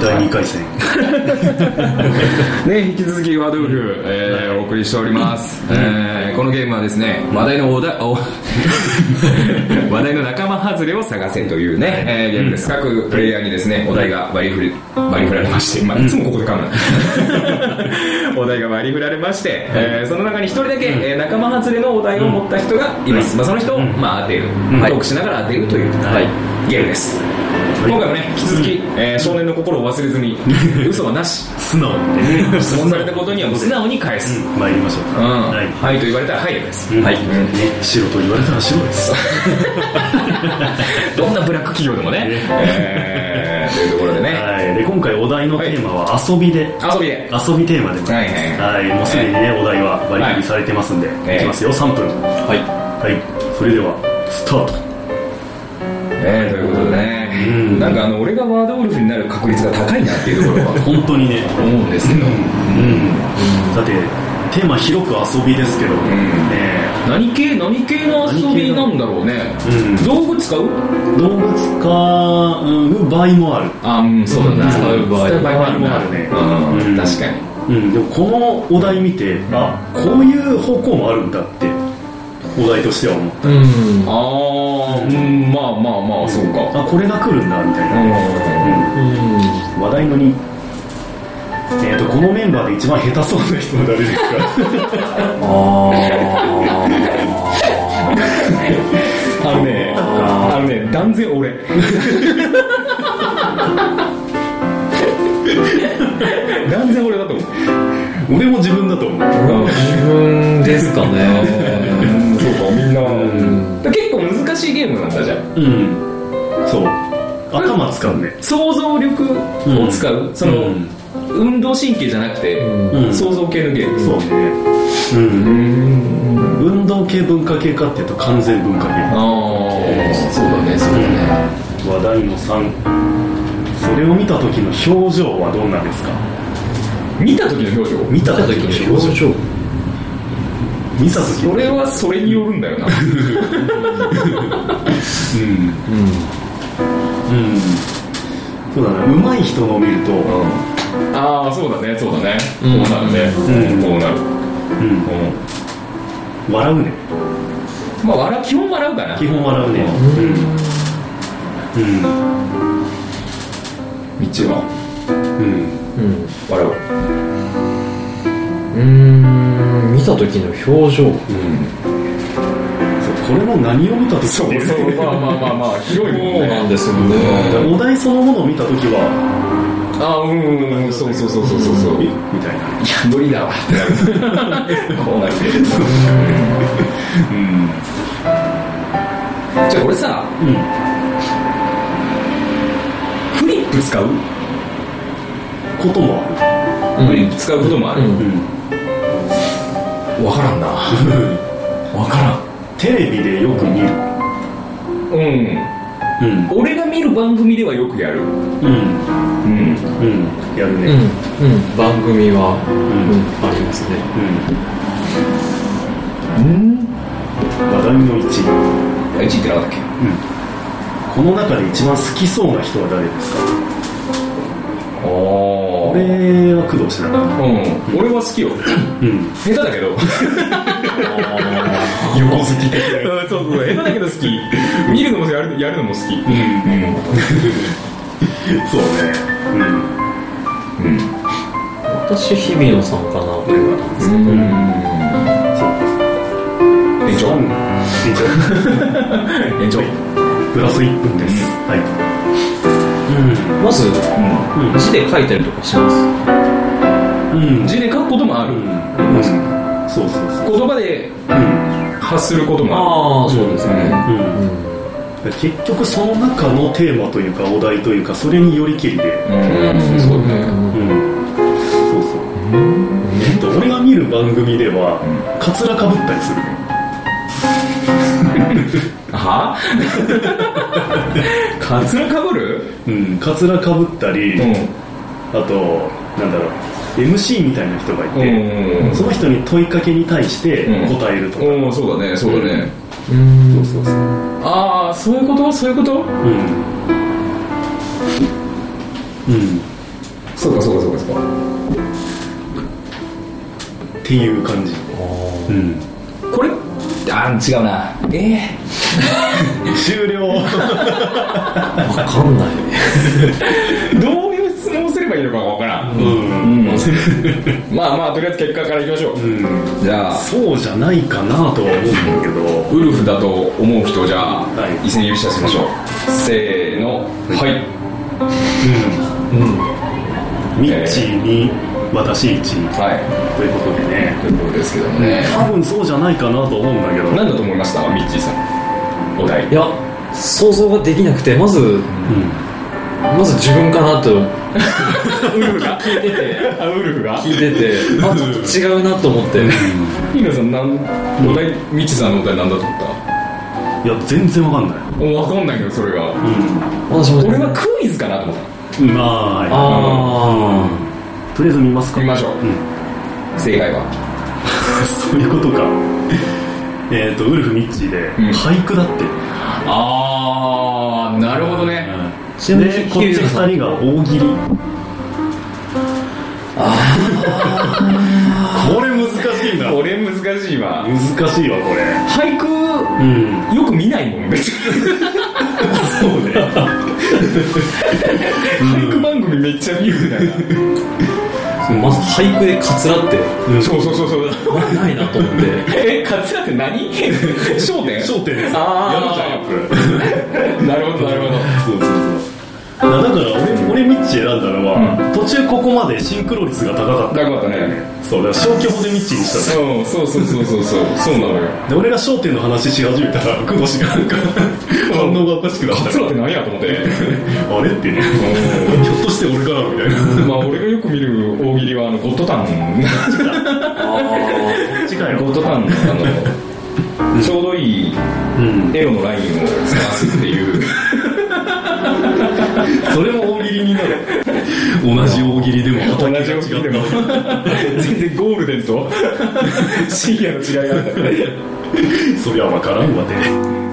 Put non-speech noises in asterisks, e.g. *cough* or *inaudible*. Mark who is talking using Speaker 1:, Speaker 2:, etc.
Speaker 1: 第2回戦
Speaker 2: ね、引き続きワドウル、えーお送りしております、えーこのゲームはですね話題のおだお *laughs* 話題の仲間外れを探せというね、えーゲームです各プレイヤーにですねお題が割り振り割り振られまして、まあ、いつもここで噛む *laughs* なお題が割り振られまして、えーその中に一人だけ、えー仲間外れのお題を持った人がいます、まあ、その人を、まあ、当てる、トークしながら当てるという、ゲームです今回もね引き続き、えー少年の心を忘れず *laughs* に嘘はなし
Speaker 1: 素直にね
Speaker 2: 質問されたことにはもう素直に返す、うん
Speaker 1: 参りましょうか、
Speaker 2: は、
Speaker 1: はいい、
Speaker 2: と言われたらはいです、
Speaker 1: うん
Speaker 2: はい、
Speaker 1: ね白と言われたら白です
Speaker 2: どんなブラック企業でもね、えー、というところでね、
Speaker 1: はい、で今回お題のテーマは遊びで、
Speaker 2: 遊びで
Speaker 1: 遊びテーマでございます、
Speaker 2: は
Speaker 1: はいもうすでにね、お題は割り振りされてますんで、
Speaker 2: い
Speaker 1: い、きますよ3分は
Speaker 2: はい、
Speaker 1: いそれではスタート
Speaker 2: えー、ということでね、
Speaker 1: うん
Speaker 2: なんかあの俺がワードウルフになる確率が高いなっていうところ
Speaker 1: *laughs*
Speaker 2: は
Speaker 1: 本当にね
Speaker 2: 思うんですけど、
Speaker 1: うんだってテーマ広く遊びですけど、
Speaker 2: ん
Speaker 1: ね
Speaker 2: 何系何系の遊びなんだろうね、
Speaker 1: うん
Speaker 2: 道具使う
Speaker 1: 動物化うん場合もある
Speaker 2: あうんそうだな
Speaker 3: 使う場合
Speaker 2: 使う場合もある
Speaker 1: 使う
Speaker 2: な
Speaker 1: 場合もあるね
Speaker 2: うん
Speaker 1: うん
Speaker 2: 確かに
Speaker 1: うん、でもこのお題見てあこういう方向もあるんだってお題としては思った
Speaker 3: うん
Speaker 2: ああうんまあまあまあそうか
Speaker 1: あこれが来るんだみたいな、う
Speaker 2: う
Speaker 1: ん話題のにえー、とこのメンバーで一番下手そうな人は誰ですか *laughs*
Speaker 2: んあるねあるね断然俺断然俺だと思う
Speaker 1: 俺も自分だと思う
Speaker 3: 自分ですか
Speaker 2: う
Speaker 3: ね
Speaker 2: んそうかみんなだ結構難しいゲームなんだじゃあ
Speaker 1: うんそう頭使うね
Speaker 2: 想像力を使うその
Speaker 1: うん
Speaker 2: 運動神経じゃなくて
Speaker 1: ん
Speaker 2: 想像系のゲーム
Speaker 1: そうねうん運動系文化系かっていうと完全文化
Speaker 2: ああそうだねそうだね
Speaker 1: 系話題の3それを見た時の表情はどんなですか
Speaker 2: 見た時の表情
Speaker 1: 見た時の表情見た時
Speaker 2: それはそれによるんだよな
Speaker 1: うんそうだね上手い人のを見ると、
Speaker 2: ああそうだねそうだねこう
Speaker 3: うん
Speaker 2: なるね
Speaker 1: うん
Speaker 2: こうなる
Speaker 1: うん、笑うね
Speaker 2: まあ笑う基本笑うかな
Speaker 1: 基本笑うねうん
Speaker 2: 道は
Speaker 1: うん、
Speaker 3: うん
Speaker 2: 笑う
Speaker 3: うん見た時の表情
Speaker 1: そうこれも何を見た時っていう
Speaker 2: そうまあまあまあまあ広いもんね
Speaker 3: すよね
Speaker 1: お題そのものを見た時は
Speaker 2: あうんうんうんそうそうそうそうそうそう
Speaker 1: え
Speaker 2: い
Speaker 1: みたいな
Speaker 2: や無理だわってなるこうなるうんじゃあ俺さ
Speaker 1: うん
Speaker 2: フリップ使う
Speaker 1: こともあ
Speaker 2: フリップ使うこともある
Speaker 3: うん
Speaker 1: る、うん
Speaker 2: 分からんな分から
Speaker 1: テレビでよく見る
Speaker 2: んうん
Speaker 1: うん
Speaker 2: 俺が見る番組ではよくやる
Speaker 1: うん
Speaker 2: うん
Speaker 1: うんやる
Speaker 3: う
Speaker 1: ね、
Speaker 3: んうん番組はうんありますね
Speaker 1: うん話題の1
Speaker 2: あ1位ってなかったっけ
Speaker 1: この中で一番好きそうな人は誰ですか
Speaker 2: ああ
Speaker 1: 俺は工藤しなかっ
Speaker 2: うん、俺は好きよ
Speaker 1: たうん
Speaker 2: 下手だけど
Speaker 1: 横好き的
Speaker 2: そうそう下手だけど好き見るのもやるやるのも好きうん
Speaker 1: そうね
Speaker 2: うん
Speaker 3: 私日比野さんかなと思ったんです
Speaker 2: うん
Speaker 1: うん
Speaker 2: 延長
Speaker 1: うん以上
Speaker 2: 延長
Speaker 1: プラス1分です、は
Speaker 3: ま
Speaker 1: い
Speaker 3: ず
Speaker 1: うん
Speaker 3: 字で書いたりとかします
Speaker 1: うん、
Speaker 2: 字で書くこともある、
Speaker 1: うんそうそうそう
Speaker 2: 言葉で
Speaker 1: うん、
Speaker 2: 発することもあ
Speaker 3: ああそうですね
Speaker 1: うん、結局その中のテーマというかお題というかそれによりきりで
Speaker 2: るうん、
Speaker 3: うん
Speaker 2: そうだね
Speaker 1: うんそうそう、えっと俺が見る番組ではカツラかぶったりする
Speaker 2: はカツラかぶる
Speaker 1: うん、カツラかぶったり、
Speaker 2: うん
Speaker 1: あとなんだろう MC みたいな人がいて、
Speaker 2: うん
Speaker 1: その人に問いかけに対して
Speaker 2: うん
Speaker 1: 答えるとか、
Speaker 2: うんそうだねそうだね、
Speaker 3: うん
Speaker 1: そうそうそう
Speaker 2: ああそういうことそういうこと
Speaker 1: うんうん
Speaker 2: そうかそうかそうかそうか
Speaker 1: っていう感じうん
Speaker 2: これあ違うなえ
Speaker 1: 終
Speaker 2: *laughs*
Speaker 1: 了
Speaker 3: わかんないね
Speaker 2: ー、どういう質問をすればいいのかがわからん、
Speaker 1: うん、
Speaker 2: うんまあまあとりあえず結果からいきましょう、
Speaker 1: うん、
Speaker 2: じゃあ
Speaker 1: そうじゃないかなとは思うんだけど
Speaker 2: ウルフだと思う人をじゃあ、
Speaker 1: はい
Speaker 2: 一斉に指し出しましょうせーのはい
Speaker 1: うんミッチーに私1
Speaker 2: はい
Speaker 1: ということでね
Speaker 2: ということですけどもね、
Speaker 1: 多分そうじゃないかなと思うんだけど
Speaker 2: 何だと思いましたミッチーさんお題
Speaker 3: いや想像ができなくてまずまず自分かなと聞いてて
Speaker 2: *laughs* あウルフが
Speaker 3: 聞いてて *laughs* あ違うなと思って
Speaker 2: ヒーロさんなんお題ミッチーさんのお題何だと思った
Speaker 1: うんいや全然わかんない
Speaker 2: お分かんないけどそれが
Speaker 3: 私も
Speaker 2: 俺はクイズかなと思った
Speaker 1: うんまあはい
Speaker 3: あ
Speaker 1: とりあえず見ますか
Speaker 2: 見ましょうん正解は
Speaker 1: *laughs* そういうことか *laughs* えっ、とウルフ・ミッチーで、
Speaker 2: ん
Speaker 1: 俳句だって
Speaker 2: ああなるほどね
Speaker 3: ちなみに
Speaker 1: でこっち
Speaker 3: ヒューさん
Speaker 1: 2人が大喜利 *laughs* これ難しいな
Speaker 2: これ難しいわ
Speaker 1: 難しいわこれ
Speaker 2: 俳句
Speaker 1: うん
Speaker 2: よく見ないも *laughs* ん別に
Speaker 1: そうね
Speaker 2: 俳句番組めっちゃ見るみたい
Speaker 3: あまず俳句でカツラって
Speaker 2: なそうそうそうそう
Speaker 3: ないなと思 *laughs* って
Speaker 2: *laughs* えカツラって何 *laughs* 焦点
Speaker 1: 焦点です
Speaker 2: あーなるほどなるほど
Speaker 1: そうそうそうだから俺俺ミッチ選んだのは、途中ここまでシンクロ率が高かった
Speaker 2: なかったね
Speaker 1: そうだから消去法でミッチーにしたの
Speaker 2: うんそうそうそうそうそうそうなのよ
Speaker 1: で俺が『笑点』の話し始めたら久保氏がなんか反応がおかしくなった
Speaker 2: カツラって何やと思って *laughs*
Speaker 1: あれってねひょっとして俺かなみたいな
Speaker 2: まあ俺がよく見る大喜利はあのゴッドタン
Speaker 1: 近
Speaker 2: ゴッドタンのあのちょうどいい
Speaker 1: うん
Speaker 2: エロのラインを探すって *laughs* いう
Speaker 1: それも大喜利になる同じ大喜利でも
Speaker 2: 同じ大きでも *laughs* 全然ゴールデンと深夜の違いがあった
Speaker 1: そりゃ分からんわね